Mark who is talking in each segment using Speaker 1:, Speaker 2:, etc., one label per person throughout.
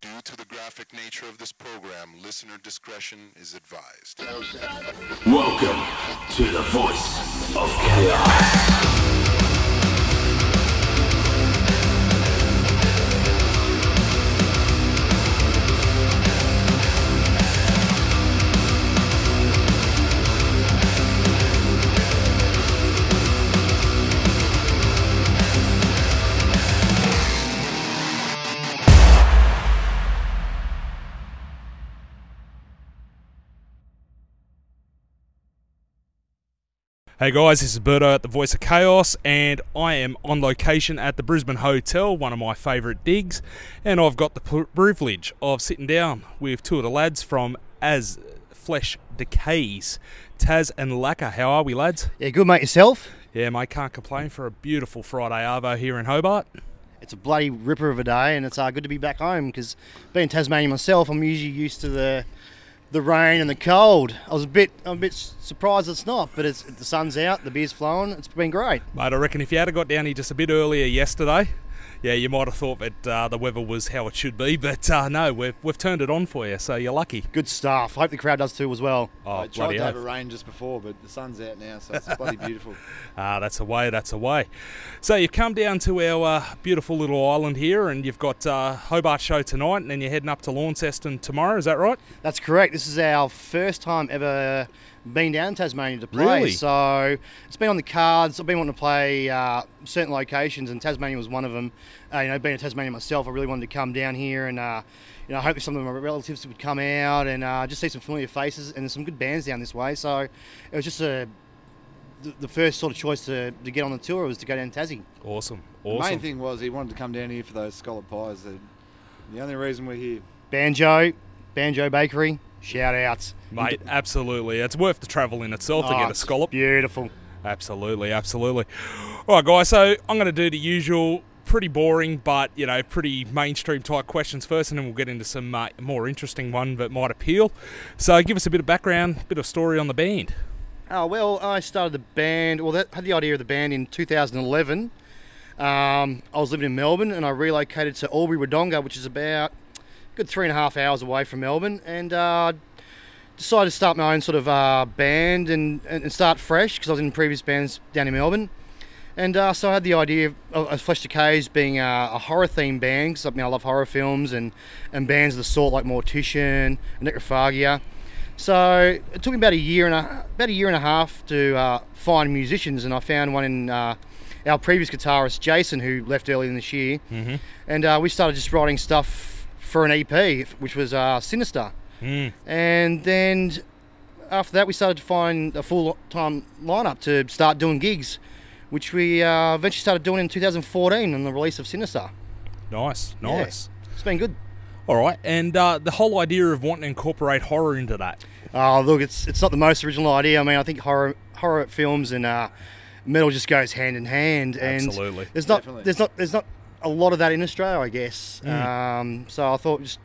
Speaker 1: Due to the graphic nature of this program, listener discretion is advised.
Speaker 2: Welcome to the voice of chaos.
Speaker 3: Hey guys, this is Birdo at the Voice of Chaos, and I am on location at the Brisbane Hotel, one of my favourite digs, and I've got the pr- privilege of sitting down with two of the lads from As Flesh Decays, Taz and Laka. How are we, lads?
Speaker 4: Yeah, good mate yourself.
Speaker 3: Yeah, mate, can't complain for a beautiful Friday arvo here in Hobart.
Speaker 4: It's a bloody ripper of a day, and it's uh, good to be back home because being Tasmanian myself, I'm usually used to the the rain and the cold. I was a bit I'm a bit s- surprised it's not, but it's the sun's out, the beer's flowing, it's been great.
Speaker 3: Mate, I reckon if you had have got down here just a bit earlier yesterday, yeah, you might have thought that uh, the weather was how it should be, but uh, no, we've, we've turned it on for you, so you're lucky.
Speaker 4: Good stuff. Hope the crowd does too as well.
Speaker 3: Oh,
Speaker 5: I tried
Speaker 3: bloody
Speaker 5: to have
Speaker 3: oath.
Speaker 5: a rain just before, but the sun's out now, so it's bloody beautiful.
Speaker 3: Ah, that's a way, that's a way. So you've come down to our uh, beautiful little island here and you've got uh, Hobart show tonight and then you're heading up to Launceston tomorrow, is that right?
Speaker 4: That's correct. This is our first time ever been down Tasmania to play.
Speaker 3: Really?
Speaker 4: So it's been on the cards. I've been wanting to play uh, certain locations, and Tasmania was one of them. Uh, you know, being a Tasmanian myself, I really wanted to come down here and. Uh, you know, hopefully some of my relatives would come out and uh, just see some familiar faces, and there's some good bands down this way. So it was just a, the, the first sort of choice to, to get on the tour was to go down Tassie.
Speaker 3: Awesome,
Speaker 5: The
Speaker 3: awesome.
Speaker 5: main thing was he wanted to come down here for those scallop pies. and The only reason we're here.
Speaker 4: Banjo, Banjo Bakery, shout outs.
Speaker 3: Mate, absolutely. It's worth the travel in itself to
Speaker 4: Oh,
Speaker 3: get a
Speaker 4: it's
Speaker 3: scallop.
Speaker 4: Beautiful.
Speaker 3: Absolutely, absolutely. All right, guys, so I'm going to do the usual, pretty boring, but, you know, pretty mainstream type questions first, and then we'll get into some uh, more interesting one that might appeal. So give us a bit of background, bit of story on the band.
Speaker 4: Oh well, I started the band. Well, that had the idea of the band in 2011. Um, I was living in Melbourne, and I relocated to Albury Wodonga, which is about a good three and a half hours away from Melbourne, and uh, decided to start my own sort of uh, band and, and and start fresh because I was in previous bands down in Melbourne. And uh, so I had the idea of, of Flesh Decays being a, a horror themed band because I, mean, I love horror films and, and bands of the sort like Mortician and Necrophagia. So it took me about a year and a about a year and a half to uh, find musicians, and I found one in uh, our previous guitarist Jason, who left earlier this year, mm-hmm. and uh, we started just writing stuff for an EP, which was uh, Sinister, and then after that, we started to find a full-time lineup to start doing gigs, which we uh, eventually started doing in 2014 on the release of Sinister.
Speaker 3: Nice,
Speaker 4: Yeah.
Speaker 3: nice.
Speaker 4: it's been good.
Speaker 3: All right, and uh, the whole idea of wanting to incorporate horror into that.
Speaker 4: Oh, look, it's it's not the most original idea. I mean, I think horror horror films and uh, metal just goes hand in hand. And
Speaker 3: Absolutely.
Speaker 4: there's not
Speaker 5: Definitely.
Speaker 4: there's not there's not a lot of that in Australia, I guess.
Speaker 3: Hmm.
Speaker 4: Um, so I thought just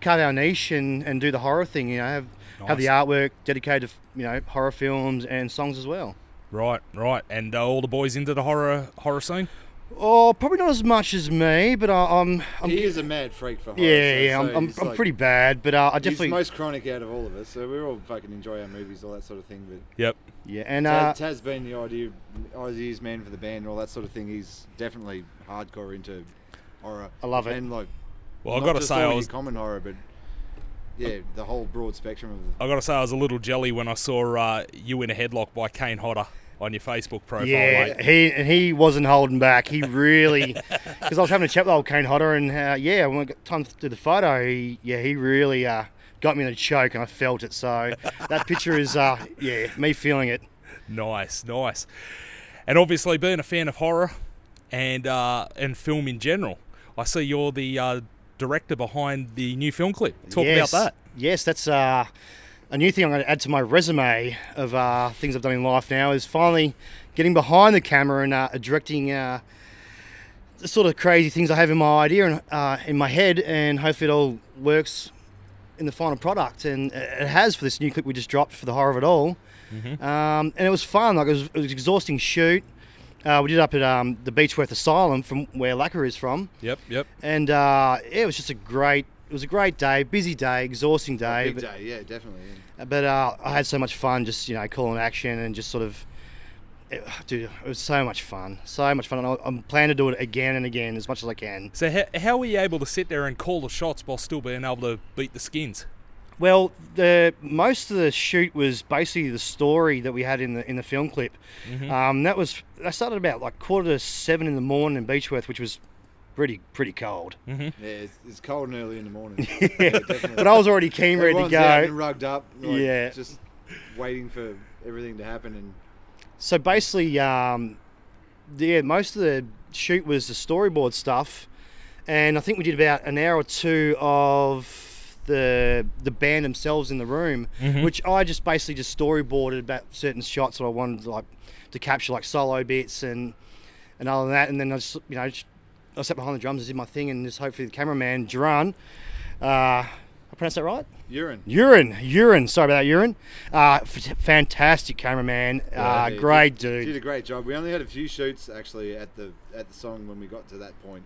Speaker 4: cut our niche and, and do the horror thing. You know, have have the artwork dedicated to you know horror films and songs as well.
Speaker 3: Right, right, and uh, all the boys into the horror horror scene.
Speaker 4: Oh, probably not as much as me, but I, I'm I'm
Speaker 5: He is a mad freak for horror.
Speaker 4: yeah
Speaker 5: so-
Speaker 4: yeah
Speaker 5: so
Speaker 4: I'm, I'm,
Speaker 5: he's
Speaker 4: I'm
Speaker 5: like-
Speaker 4: pretty bad, but uh, I
Speaker 5: He's the
Speaker 4: definitely
Speaker 5: most chronic out of all of us, so we all fucking enjoy our movies, all that sort of thing. But
Speaker 3: Yep.
Speaker 4: yeah and uh,
Speaker 5: Taz, Taz being the idea, ideas man for the band, and all that sort of thing, he's definitely hardcore into horror.
Speaker 4: I love it.
Speaker 5: And like,
Speaker 3: Well, I
Speaker 5: not
Speaker 3: gotta
Speaker 5: just
Speaker 3: say, I
Speaker 5: all your
Speaker 3: was
Speaker 5: common horror, but yeah, the whole broad spectrum of
Speaker 3: I gotta say I was a little jelly when I saw uh, you in a headlock by Kane Hodder on your Facebook profile.
Speaker 4: Yeah,
Speaker 3: mate.
Speaker 4: he and he wasn't holding back. He really, because I was having a chat with old Kane Hodder, and uh, yeah, when we got time to do the photo, he yeah he really uh, got me in a choke, and I felt it. So that picture is uh, yeah me feeling it.
Speaker 3: Nice, nice. And obviously, being a fan of horror and uh, and film in general, I see you're the uh, director behind the new film clip. Talk
Speaker 4: yes.
Speaker 3: about that.
Speaker 4: Yes, that's uh, a new thing I'm going to add to my resume of uh, things I've done in life now is finally getting behind the camera and uh, directing uh, the sort of crazy things I have in my idea and uh, in my head, and hopefully it all works in the final product. And it has for this new clip we just dropped for the horror of it all.
Speaker 3: Mm-hmm.
Speaker 4: Um, and it was fun. Like it was, it was an exhausting shoot. Uh, we did it up at um, the Beechworth Asylum, from where Lacquer is from
Speaker 3: Yep, yep.
Speaker 4: and uh, yeah, it was just a great. It was a great day, busy day, exhausting day.
Speaker 5: Big
Speaker 4: but
Speaker 5: day, yeah, definitely. yeah.
Speaker 4: but uh, I had so much fun just, you know, calling action and just sort of. It, dude, it was so much fun. So much fun. And I, I'm planning to do it again and again as much as I can.
Speaker 3: So how, how were you able to sit there and call the shots while still being able to beat the skins?
Speaker 4: Well, the most of the shoot was basically the story that we had in the in the film clip.
Speaker 5: Mm-hmm.
Speaker 4: Um, that was I started about like quarter to seven in the morning in Beechworth, which was pretty pretty cold.
Speaker 3: Hmm?
Speaker 5: Yeah, it's, it's cold and early in the morning. yeah, definitely.
Speaker 4: But I was already keen, ready to
Speaker 5: Everyone's out and
Speaker 4: go.
Speaker 5: rugged up. Like,
Speaker 4: Yeah.
Speaker 5: Just waiting for everything to happen and
Speaker 4: So basically, um, yeah, most of the shoot was the storyboard stuff, and I think we did about an hour or two of. The, the band themselves in the room, which I just basically just storyboarded about certain shots that I wanted like to capture, like solo bits and and other than that, and then I just you know just- I sat behind the drums and did my thing, and just hopefully the cameraman Duran, uh, I pronounced that right?
Speaker 5: urine.
Speaker 4: Urine, urine. Sorry about that, urine. Uh, f- fantastic cameraman, uh,
Speaker 5: Yeah,
Speaker 4: great
Speaker 5: did- Did a
Speaker 4: dude.
Speaker 5: great job. We only had a few shoots actually at the at the song when we got to that point.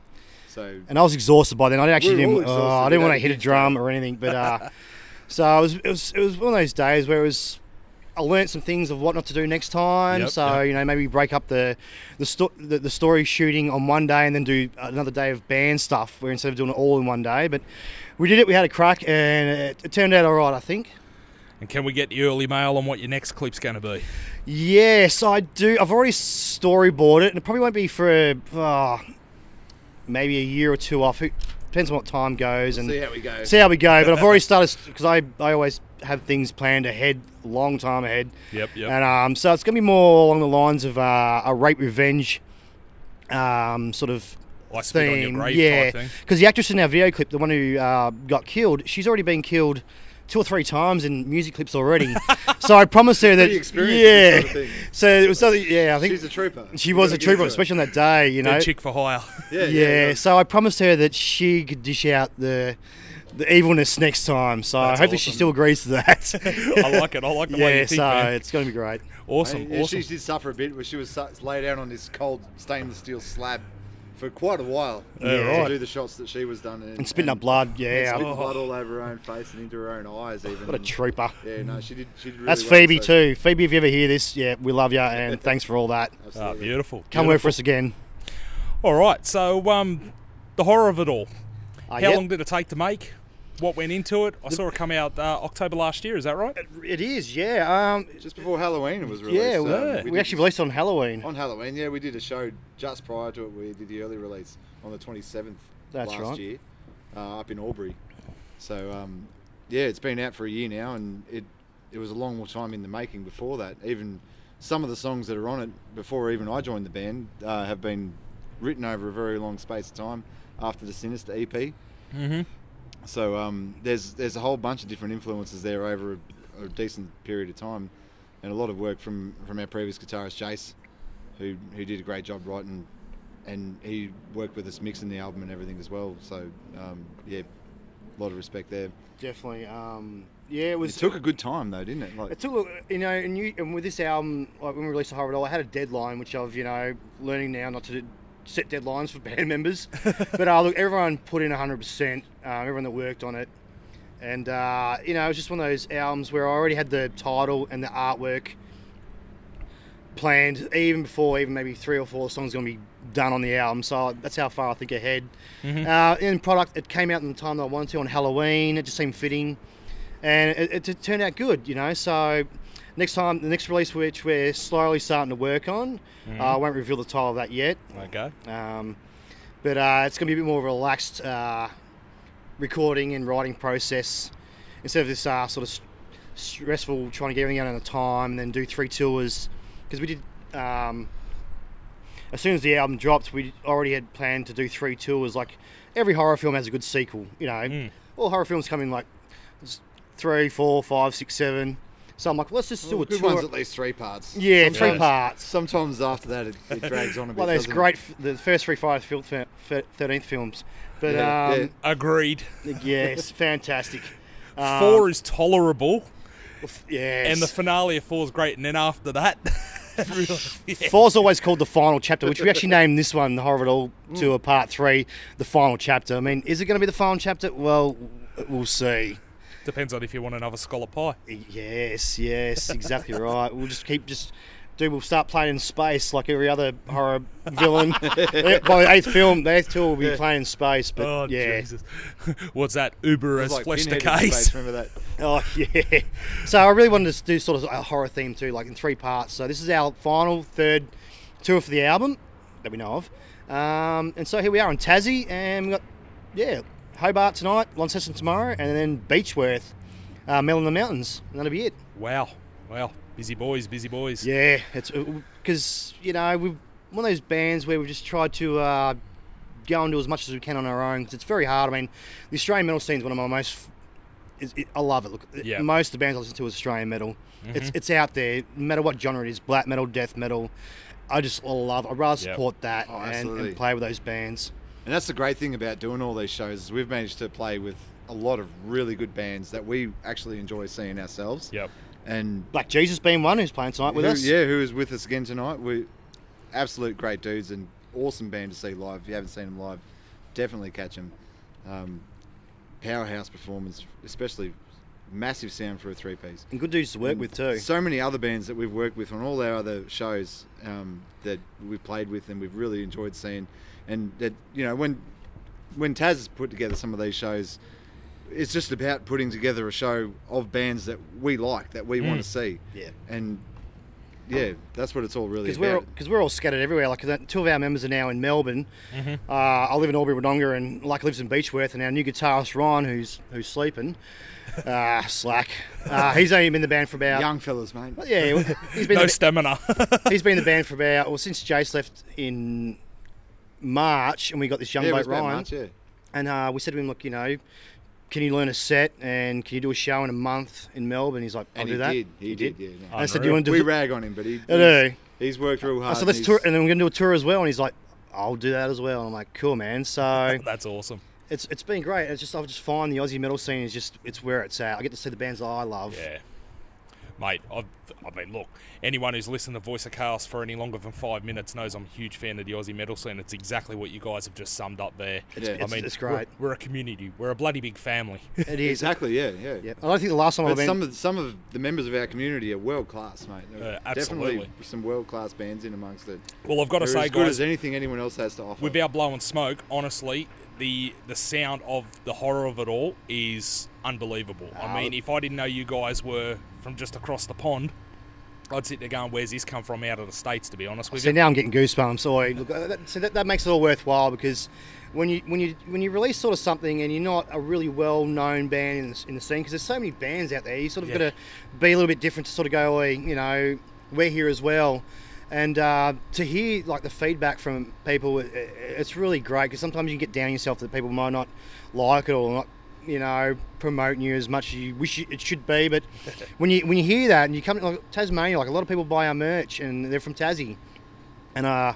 Speaker 5: So
Speaker 4: And um, I was exhausted by then. I actually
Speaker 5: We were all
Speaker 4: didn't. oh,
Speaker 5: exhausted.
Speaker 4: I didn't
Speaker 5: We
Speaker 4: want to
Speaker 5: had a
Speaker 4: hit a
Speaker 5: big
Speaker 4: drum or anything, but uh, so I was, it was. It was one of those days where it was. I learnt some things of what not to do next time.
Speaker 3: Yep,
Speaker 4: so
Speaker 3: yep.
Speaker 4: you know, maybe break up the the, sto- the the story shooting on one day and then do another day of band stuff. Where instead of doing it all in one day, but we did it. We had a crack, and it, it turned out all right. I think.
Speaker 3: And can we get the early mail on what your next clip's going to be?
Speaker 4: Yes, I do. I've already storyboarded it, and it probably won't be for uh, maybe a year or two off. It depends on what time goes and
Speaker 5: see how we go.
Speaker 4: see how we go. But I've already started because I, I always have things planned ahead, long time ahead.
Speaker 3: Yep, yep.
Speaker 4: And um, so it's going to be more along the lines of uh, a rape revenge um, sort of
Speaker 3: Like spit on your
Speaker 4: theme.
Speaker 3: grave
Speaker 4: yeah,
Speaker 3: type thing.
Speaker 4: because the actress in our video clip, the one who uh, got killed, she's already been killed. Two or three times in music clips already, so I promised her that.
Speaker 5: Pretty experienced in
Speaker 4: Yeah,
Speaker 5: this sort of thing.
Speaker 4: so it was something. Yeah, I think
Speaker 5: she's a trooper.
Speaker 4: she
Speaker 5: You
Speaker 4: was
Speaker 5: gotta
Speaker 4: a
Speaker 5: give it
Speaker 4: trooper,
Speaker 5: to her.
Speaker 4: especially on that day. You know,
Speaker 3: Dead chick for hire.
Speaker 5: Yeah,
Speaker 4: yeah,
Speaker 5: yeah. yeah.
Speaker 4: so I promised her that she could dish out the the evilness next time. So
Speaker 3: That's
Speaker 4: hopefully she
Speaker 3: awesome.
Speaker 4: still agrees to that.
Speaker 3: I like it. I like the way
Speaker 4: yeah,
Speaker 3: you think,
Speaker 4: so
Speaker 3: man.
Speaker 4: it's gonna be great.
Speaker 3: Awesome,
Speaker 5: Yeah,
Speaker 3: awesome.
Speaker 5: She did suffer a bit where she was su- laid down on this cold stainless steel slab for quite a while
Speaker 4: Yeah.
Speaker 5: to do the shots that she was done
Speaker 4: And spitting up blood,
Speaker 5: and
Speaker 4: yeah.
Speaker 5: spitting
Speaker 4: What
Speaker 5: blood all over her own face and into her own eyes even.
Speaker 4: a trooper.
Speaker 5: yeah, no, she did. She did really
Speaker 4: That's
Speaker 5: well,
Speaker 4: Phoebe
Speaker 5: so-
Speaker 4: too. Phoebe, if you ever hear this, yeah, we love you and thanks for all that.
Speaker 3: Ah,
Speaker 5: Absolutely.
Speaker 3: beautiful.
Speaker 4: Come work for us again.
Speaker 3: All right. So, um, the horror of it all.
Speaker 4: Uh,
Speaker 3: How
Speaker 4: yep.
Speaker 3: long did it take to make? What went into it? I saw it come out uh, October last year. Is that right?
Speaker 4: It is, yeah. Um,
Speaker 5: Just before Halloween, it was released.
Speaker 4: yeah, we, Oh,
Speaker 5: um,
Speaker 4: we actually
Speaker 5: did this-
Speaker 4: released it on Halloween.
Speaker 5: on Halloween. Yeah, we did a show just prior to it. We did the early release on the 27th
Speaker 4: That's
Speaker 5: last
Speaker 4: right.
Speaker 5: year uh, up in Albury. So um, yeah, it's been out for a year now, and it it was a long time in the making before that. Even some of the songs that are on it before even I joined the band uh, have been written over a very long space of time after the Sinister EP. Mm-hmm. So um, there's there's a whole bunch of different influences there over a, a decent period of time, and a lot of work from from our previous guitarist Jace, who who did a great job writing, and he worked with us mixing the album and everything as well. So um, yeah, a lot of respect there.
Speaker 4: Definitely. Um, yeah, it
Speaker 5: It
Speaker 4: was.
Speaker 5: took a good time though, didn't it? Like,
Speaker 4: It took, a little- you know, and, you, and with this album, like when we released the Horror Doll, I had a deadline, which I've, you know, learning now not to do- set deadlines for band members. but uh, look, everyone put in 100%, um, everyone that worked on it. And, uh, you know, it was just one of those albums where I already had the title and the artwork planned even before even maybe three or four songs going to be done on the album. So uh, that's how far I think ahead. Uh, in product, it came out in the time that I wanted to on Halloween. It just seemed fitting, and it, it, it turned out good. You know, so next time the next release, which we're slowly starting to work on, uh, I won't reveal the title of that yet.
Speaker 3: Okay.
Speaker 4: Um, but uh, it's going to be a bit more relaxed uh, recording and writing process instead of this uh, sort of s- stressful trying to get everything out in a time and then do three tours. Because we did, um, as soon as the album dropped, we already had planned to do three tours. Like every horror film has a good sequel, you know. All horror films come in like s- three, four, five, six, seven. So I'm like, let's just do a
Speaker 5: good
Speaker 4: tour.
Speaker 5: ones at least three parts.
Speaker 4: Yeah, three
Speaker 5: Sometimes-
Speaker 4: parts.
Speaker 5: Sometimes after that, it, it drags on a bit.
Speaker 4: Well, there's
Speaker 5: doesn't it?
Speaker 4: great, f- the first three Friday the 13th films. But
Speaker 5: Yeah,
Speaker 4: um,
Speaker 5: yeah.
Speaker 3: Agreed.
Speaker 4: Yes, fantastic.
Speaker 3: four is tolerable,
Speaker 4: Yes.
Speaker 3: and the finale of four is great. And then after that,
Speaker 4: Four's always called the final chapter, which we actually named this one, the Horror of It All
Speaker 5: Hmm.
Speaker 4: Tour Part Three, the final chapter. I mean, is it going to be the final chapter? Well, we'll see.
Speaker 3: Depends on if you want another scallop pie.
Speaker 4: Yes, yes, exactly right. We'll just keep just. Dude, we'll start playing in space like every other horror villain. Yeah, By the eighth film, the eighth tour will be playing in space. But
Speaker 3: Oh
Speaker 4: yeah,
Speaker 3: Jesus! What's that? Uber has
Speaker 5: It's like
Speaker 3: fleshed the
Speaker 5: Pinhead in
Speaker 3: case.
Speaker 5: space, remember that?
Speaker 4: Oh yeah. So I really wanted to do sort of a horror theme too, like in three parts. So this is our final third tour for the album that we know of. Um, and so here we are in Tassie, and we got yeah Hobart tonight, Launceston tomorrow, and then Beechworth, uh, Mel in the Mountains, and that'll be it.
Speaker 3: Wow, wow, busy boys, busy boys.
Speaker 4: Yeah, it's because you know we have one of those bands where we've just tried to uh, go and do as much as we can on our own. 'cause it's very hard. I mean, the Australian metal scene is one of my most. Is, it, I love it. Look, it-
Speaker 3: Yeah. Mm-hmm.
Speaker 4: most of the bands I listen to is Australian metal. It's it's out there, no matter what genre it is, black metal, death metal. I just love. I'd rather
Speaker 3: Yeah.
Speaker 4: support that
Speaker 5: Oh,
Speaker 4: and,
Speaker 5: absolutely.
Speaker 4: and play with those bands.
Speaker 5: And that's the great thing about doing all these shows is we've managed to play with a lot of really good bands that we actually enjoy seeing ourselves.
Speaker 3: Yep.
Speaker 5: And
Speaker 4: Black Jesus being one who's playing tonight with
Speaker 5: who,
Speaker 4: us.
Speaker 5: yeah, who is with us again tonight? We absolute great dudes and awesome band to see live. If you haven't seen them live, definitely catch them. Um, powerhouse performance, especially massive sound for a three piece.
Speaker 4: And good dudes to
Speaker 5: Mm.
Speaker 4: work with too.
Speaker 5: So many other bands that we've worked with on all our other shows um, that we've played with and we've really enjoyed seeing. And that you know when when Taz has put together some of these shows, it's just about putting together a show of bands that we like that we
Speaker 4: Mm.
Speaker 5: want to see.
Speaker 4: Yeah.
Speaker 5: And yeah, that's what it's all really
Speaker 4: because we're
Speaker 5: about.
Speaker 4: because we're all scattered everywhere. Like that- two of our members are now in Melbourne.
Speaker 5: Mm-hmm.
Speaker 4: Uh, I live in Albury Wodonga, and like lives in Beechworth. And our new guitarist Ryan, who's who's sleeping, uh, slack. Uh, he's only been in the band for about
Speaker 5: Young fellas, mate.
Speaker 4: yeah. He's been
Speaker 3: No
Speaker 4: the-
Speaker 3: stamina.
Speaker 4: he's been in the band for about well since Jace left in March, and we got this young
Speaker 5: Yeah, it
Speaker 4: bloke
Speaker 5: was about
Speaker 4: Ryan,
Speaker 5: March, yeah.
Speaker 4: and uh, we said to him, look, you know. Can you learn a set and can you do a show in a month in Melbourne? He's like, I'll
Speaker 5: And
Speaker 4: do
Speaker 5: he
Speaker 4: that.
Speaker 5: did. He did, yeah. no.
Speaker 4: And I said, do
Speaker 3: Unreal.
Speaker 4: you want to do
Speaker 5: we
Speaker 4: it?
Speaker 5: rag on him, but he,
Speaker 4: know.
Speaker 5: he's, he's worked real hard.
Speaker 4: I said,
Speaker 5: and
Speaker 4: Oh, let's
Speaker 5: he's-
Speaker 4: tour, and then we're gonna do a tour as well. And he's like, I'll do that as well. And I'm like, cool, man. So
Speaker 3: That's awesome.
Speaker 4: it's it's been great. It's just I've just find the Aussie metal scene is just it's where it's at. I get to see the bands that I love.
Speaker 3: Yeah. Mate, I've, I mean, look, anyone who's listened to Voice of Chaos for any longer than five minutes knows I'm a huge fan of the Aussie metal scene. It's exactly what you guys have just summed up there.
Speaker 5: Yeah.
Speaker 3: I
Speaker 5: it's-
Speaker 3: mean,
Speaker 4: it's
Speaker 3: we're-
Speaker 4: great.
Speaker 3: We're, a community. We're a bloody big family.
Speaker 4: It is.
Speaker 5: Exactly, yeah, yeah.
Speaker 4: Yeah. I don't think the last time I've
Speaker 5: But
Speaker 4: been.
Speaker 5: some of some of the members of our community are world class, mate. There are
Speaker 3: Uh, absolutely.
Speaker 5: Definitely some world class bands in amongst it.
Speaker 3: Well, I've got to
Speaker 5: They're
Speaker 3: say,
Speaker 5: as good
Speaker 3: guys,
Speaker 5: as anything anyone else has to offer.
Speaker 3: without blowing smoke, honestly, the the sound of the horror of it all is unbelievable. I mean, if I didn't know you guys were from just across the pond, I'd sit there going, "Where's this come from?" Out of the states, to be honest with
Speaker 4: See
Speaker 3: you.
Speaker 4: now I'm getting goosebumps. Sorry. Look, uh, that, so that, that makes it all worthwhile because when you when you when you release sort of something and you're not a really well known band in the, in the scene because there's so many bands out there, you sort of
Speaker 3: Yeah.
Speaker 4: got to be a little bit different to sort of go, oh, you know, we're here as well. And uh, to hear like the feedback from people, it, it- it's really great because sometimes you get down yourself that people might not like it or not, you know, promoting you as much as you wish it should be. But when you when you hear that and you come to like, Tasmania, like a lot of people buy our merch and they're from Tassie and uh,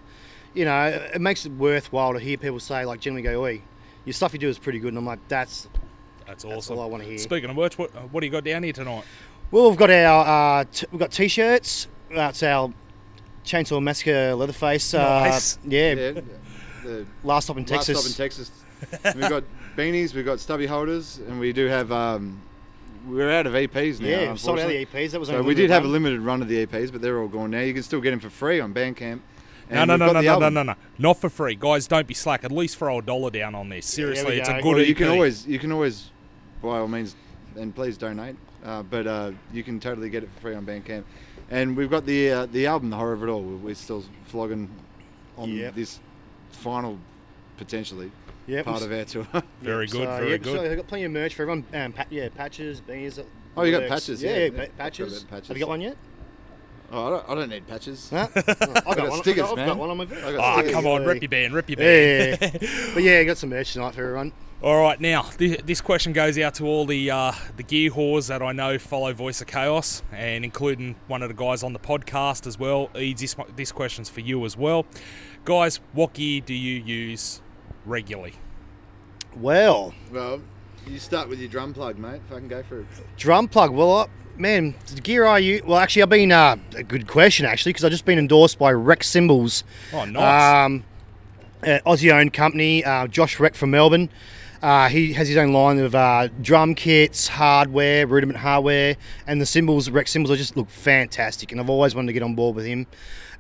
Speaker 4: you know, it makes it worthwhile to hear people say like, generally go, "Oi, your stuff you do is pretty good," and I'm like, "That's
Speaker 3: That's awesome.
Speaker 4: all I wanna hear.
Speaker 3: Speaking of which, what, what do you got down here tonight?
Speaker 4: well." We've got our uh, t- we've got t-shirts. That's our Chainsaw Massacre Leatherface. Uh,
Speaker 3: Nice.
Speaker 4: Yeah,
Speaker 5: yeah, the
Speaker 4: last stop in Texas.
Speaker 5: last stop in Texas. we've got beanies, we've got stubby holders, and we do have. Um, we're out of EPs now.
Speaker 4: Yeah, we've sold out of the
Speaker 3: E
Speaker 5: unfortunately.
Speaker 4: EPs. That was
Speaker 5: So
Speaker 4: only
Speaker 5: we did
Speaker 4: limited
Speaker 5: have a
Speaker 4: run.
Speaker 5: limited run of the EPs, but they're all gone now. You can still get them for free on Bandcamp.
Speaker 3: No,
Speaker 5: And
Speaker 3: no, no,
Speaker 5: we've got
Speaker 3: no,
Speaker 5: the
Speaker 3: no, no,
Speaker 5: album.
Speaker 3: no, no, not for free, guys. Don't be slack. At least throw a dollar down on this. Seriously,
Speaker 4: we
Speaker 3: it's a
Speaker 4: go.
Speaker 3: good. E
Speaker 5: Well, you
Speaker 3: EP.
Speaker 5: can always, you can always, by all means, and please donate. Uh, but uh, you can totally get it for free on Bandcamp. And we've got the uh, the album, The Horror of It All. We're still flogging on
Speaker 4: Yep.
Speaker 5: this final, potentially,
Speaker 4: Yep,
Speaker 5: part
Speaker 4: we s-
Speaker 5: of our tour.
Speaker 3: very good,
Speaker 4: So,
Speaker 3: very
Speaker 4: yeah,
Speaker 3: good.
Speaker 4: So I've got plenty of merch for everyone. Um, pa- yeah, patches, beanies. uh,
Speaker 5: Oh, you got
Speaker 4: works.
Speaker 5: patches,
Speaker 4: Yeah,
Speaker 5: yeah.
Speaker 4: pa-
Speaker 5: I've got
Speaker 4: patches.
Speaker 5: a bit of
Speaker 4: Have you got
Speaker 5: patches.
Speaker 4: one yet?
Speaker 5: oh, I don't, I don't need patches.
Speaker 4: Huh? I got,
Speaker 5: got
Speaker 4: one.
Speaker 5: stickers,
Speaker 4: I got, I've got
Speaker 5: man.
Speaker 4: one on my
Speaker 5: I got
Speaker 3: Ah,
Speaker 5: stickers.
Speaker 3: come on,
Speaker 4: Absolutely.
Speaker 3: rip your band, rip your
Speaker 4: Yeah,
Speaker 3: band.
Speaker 4: yeah, yeah. but yeah, I got some merch tonight for everyone.
Speaker 3: All right, now this, this question goes out to all the uh, the gear whores that I know follow Voice of Chaos, and including one of the guys on the podcast as well. Eads, this one- this question's for you as well, guys. What gear do you use regularly?
Speaker 4: Well,
Speaker 5: Well, You start with your drum plug, mate. Fucking go for it.
Speaker 4: Drum plug. Well, I, man, the gear I use. Well, actually, I've been uh, a good question actually because I've just been endorsed by Rex Cymbals.
Speaker 3: Oh, nice.
Speaker 4: Um, an Aussie-owned company. Uh, Josh Reck from Melbourne. Uh, he has his own line of uh, drum kits, hardware, rudiment hardware, and the cymbals. Rex cymbals, I just look fantastic, and I've always wanted to get on board with him.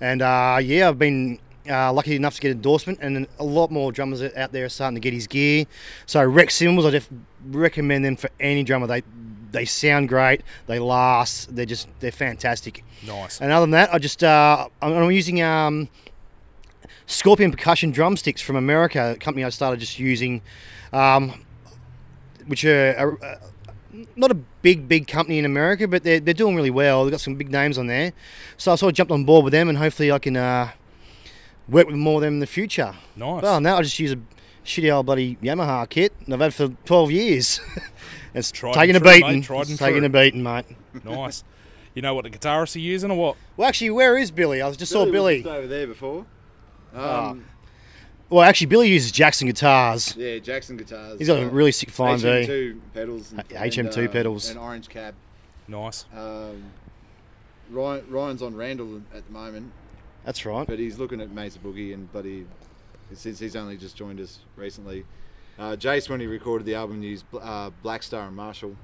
Speaker 4: And uh, yeah, I've been uh, lucky enough to get endorsement, and then a lot more drummers out there are starting to get his gear. So Rex cymbals, I def- recommend them for any drummer. They they sound great. They last. They're just they're fantastic.
Speaker 3: nice.
Speaker 4: And other than that, I just uh, I'm, I'm using um, Scorpion percussion drumsticks from America, a company I started just using, um, which are, are, uh not a big big company in America, but they're, they're doing really well. They've got some big names on there, so I sort of jumped on board with them, and hopefully I can uh, work with more of them in the future.
Speaker 3: Nice.
Speaker 4: Well, now I just use a shitty old bloody Yamaha kit, and I've had for twelve years. it's
Speaker 3: Tried
Speaker 4: taking a
Speaker 3: and true, mate,
Speaker 4: beating.
Speaker 3: tried and
Speaker 4: It's taking
Speaker 3: true.
Speaker 4: a beating, mate.
Speaker 3: nice. You know what the guitarists are using or what?
Speaker 4: Well, actually, where is Billy? I just saw
Speaker 5: was
Speaker 4: Billy. Ah.
Speaker 5: just over there before. Um,
Speaker 4: Well, actually, Billy uses Jackson guitars.
Speaker 5: Yeah, Jackson guitars.
Speaker 4: He's got a
Speaker 5: Uh,
Speaker 4: really sick flying
Speaker 5: HM2
Speaker 4: V.
Speaker 5: pedals. And,
Speaker 4: H- HM2
Speaker 5: and, uh,
Speaker 4: pedals.
Speaker 5: And orange cab.
Speaker 3: Nice.
Speaker 5: Um, Ryan, Ryan's on Randall at the moment,
Speaker 4: That's right.
Speaker 5: but he's looking at Mesa Boogie and bloody. Since he's only just joined us recently, uh, Jace when he recorded the album used bl- uh, Black Star and Marshall,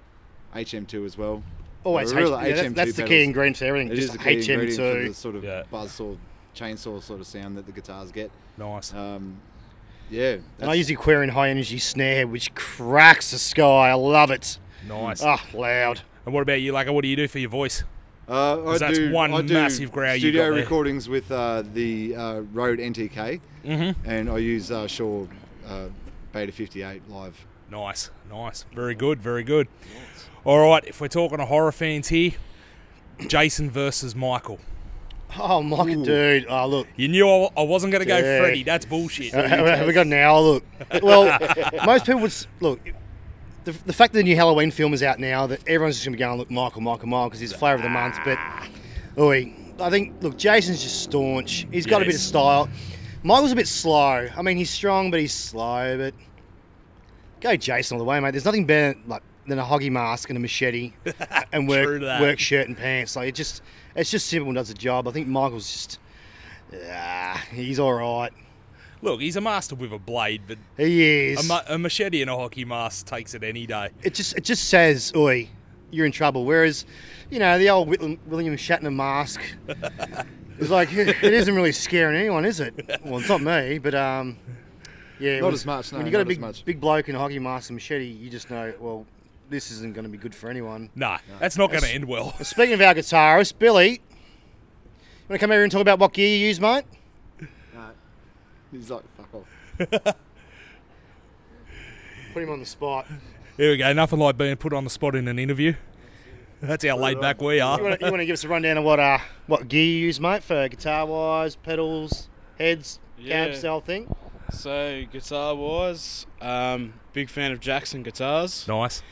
Speaker 5: HM2 as well.
Speaker 4: Always
Speaker 5: A
Speaker 4: Oh, H-
Speaker 5: real
Speaker 4: yeah, that's,
Speaker 5: HM2
Speaker 4: that's the key
Speaker 5: pedals.
Speaker 4: ingredient for everything.
Speaker 5: It is
Speaker 4: Just
Speaker 5: the key ingredient for the
Speaker 4: HM2.
Speaker 5: sort of
Speaker 3: Yeah.
Speaker 5: buzzsaw, chainsaw sort of sound that the guitars get.
Speaker 3: Nice.
Speaker 5: Um, yeah,
Speaker 4: And I
Speaker 5: that's-
Speaker 4: use the Aquarian high energy snare, which cracks the sky. I love it.
Speaker 3: Nice.
Speaker 4: Ah, loud.
Speaker 3: And what about you, Laka? What do you do for your voice?
Speaker 5: Uh, I
Speaker 3: that's
Speaker 5: do,
Speaker 3: one
Speaker 5: I do
Speaker 3: massive growl you
Speaker 5: Studio
Speaker 3: got there.
Speaker 5: recordings with uh, the uh, Rode NTK,
Speaker 3: Mm-hmm.
Speaker 5: and I use uh, Shaw uh, Beta 58 live.
Speaker 3: Nice, nice. Very good, very good. All right, if we're talking to horror fans here, Jason versus Michael.
Speaker 4: Oh, my dude. Oh, look.
Speaker 3: You knew I I wasn't going to go
Speaker 4: Yeah.
Speaker 3: Freddy. That's bullshit.
Speaker 4: Have, have we got an hour? Look, well, most people would s- look. The, the fact that the new Halloween film is out now, that everyone's just going to be going, look, Michael, Michael, Michael, because he's the flavour of the month. But,
Speaker 3: Ah.
Speaker 4: oi, I think, look, Jason's just staunch. He's got a bit of
Speaker 3: Yes.
Speaker 4: style. Michael's a bit slow. I mean, he's strong, but he's slow. But go Jason all the way, mate. There's nothing better like, than a hoggy mask and a machete and
Speaker 3: True
Speaker 4: work,
Speaker 3: that.
Speaker 4: work shirt and pants. Like, it just, it's just simple and does the job. I think Michael's just, ah, he's all right.
Speaker 3: Look, he's a master with a blade, but
Speaker 4: He is.
Speaker 3: a, ma- a machete and a hockey mask takes it any day.
Speaker 4: it just it just says, "Oi, you're in trouble." Whereas, you know, the old Whitlam, William Shatner mask is like it isn't really scaring anyone, is it? Well, it's not me, but um, yeah,
Speaker 5: Not
Speaker 4: when-
Speaker 5: as much, no,
Speaker 4: when you got
Speaker 5: not
Speaker 4: a
Speaker 5: as
Speaker 4: big
Speaker 5: much.
Speaker 4: big bloke in a hockey mask and machete, you just know, well, this isn't going to be good for anyone.
Speaker 3: Nah, that's not going to
Speaker 4: That's-
Speaker 3: end well.
Speaker 4: Speaking of our guitarist, Billy, you want to come over and talk about what gear you use, mate?
Speaker 5: He's like, fuck off.
Speaker 4: Put him on the spot.
Speaker 3: Here we go. Nothing like being put on the spot in an interview. That's how laid back we
Speaker 4: You
Speaker 3: are.
Speaker 4: want, to, you want to give us a rundown of what uh what gear you use, mate, for guitar wise, pedals, heads,
Speaker 6: Yeah.
Speaker 4: cab, cell thing?
Speaker 6: So, guitar wise, um, big fan of Jackson guitars.
Speaker 3: Nice.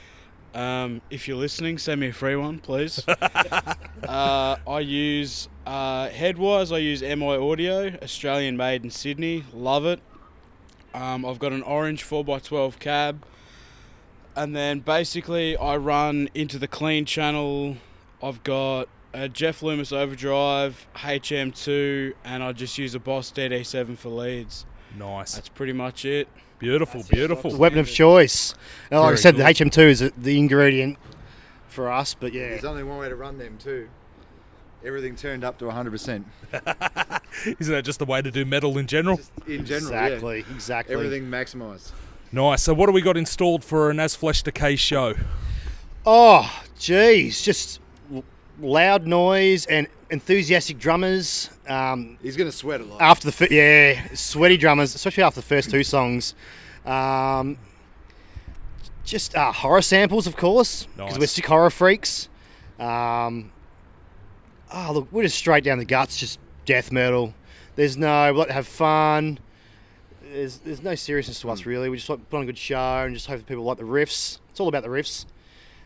Speaker 6: Um, if you're listening, send me a free one, please. uh, I use uh, head wise, I use MI Audio, Australian made in Sydney. Love it. Um, I've got an orange 4x12 cab. And then basically, I run into the clean channel. I've got a Jeff Loomis Overdrive, HM2, and I just use a Boss DD7 for leads.
Speaker 3: Nice.
Speaker 6: That's pretty much it.
Speaker 3: Beautiful, beautiful.
Speaker 4: weapon of choice. And like I
Speaker 3: Very
Speaker 4: said,
Speaker 3: good.
Speaker 4: the HM2 is the ingredient for us, but yeah.
Speaker 5: There's only one way to run them too. Everything turned up to 100%.
Speaker 3: Isn't that just the way to do metal in general?
Speaker 5: Just in general, yeah.
Speaker 4: exactly, exactly.
Speaker 5: Everything maximised.
Speaker 3: Nice. So, what do we got installed for an As Flesh Decay show?
Speaker 4: Oh, geez, just l- loud noise and enthusiastic drummers. Um,
Speaker 5: He's gonna sweat a lot.
Speaker 4: after the fir- yeah, sweaty drummers, especially after the first two songs. Um, just uh, horror samples, of course, because
Speaker 3: Nice.
Speaker 4: we're sick horror freaks. Um, oh, look, we're just straight down the guts, just death metal. There's no, we like to have fun. There's, there's no seriousness to us,
Speaker 3: Hmm.
Speaker 4: really. We just like to put on a good show and just hope that people like the riffs. It's all about the riffs.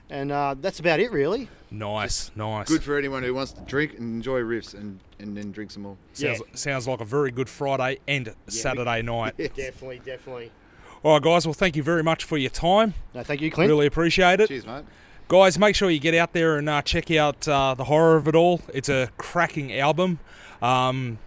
Speaker 4: And uh, that's about it, really.
Speaker 3: Nice, nice.
Speaker 5: Good for anyone who wants to drink and enjoy riffs and, and then drink some more.
Speaker 3: Sounds, sounds like a very good Friday and Saturday night.
Speaker 4: Definitely, definitely.
Speaker 3: All right, guys. Well, thank you very much for your time.
Speaker 4: No, thank you, Clint.
Speaker 3: Really appreciate it.
Speaker 5: Cheers, mate.
Speaker 3: Guys, make sure you get out there and uh, check out uh, The Horror of It All. It's a cracking album. Um,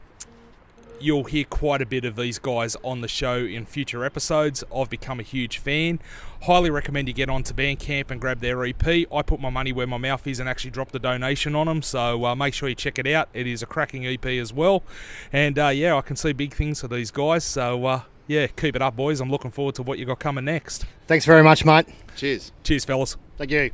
Speaker 3: you'll hear quite a bit of these guys on the show in future episodes. I've become a huge fan. Highly recommend you get onto Bandcamp and grab their EP. I put my money where my mouth is and actually dropped a donation on them, so uh, make sure you check it out. It is a cracking EP as well. And uh, yeah, I can see big things for these guys, so uh, yeah, keep it up, boys. I'm looking forward to what you got coming next.
Speaker 4: Thanks very much, mate.
Speaker 5: Cheers.
Speaker 3: Cheers, fellas.
Speaker 4: Thank you.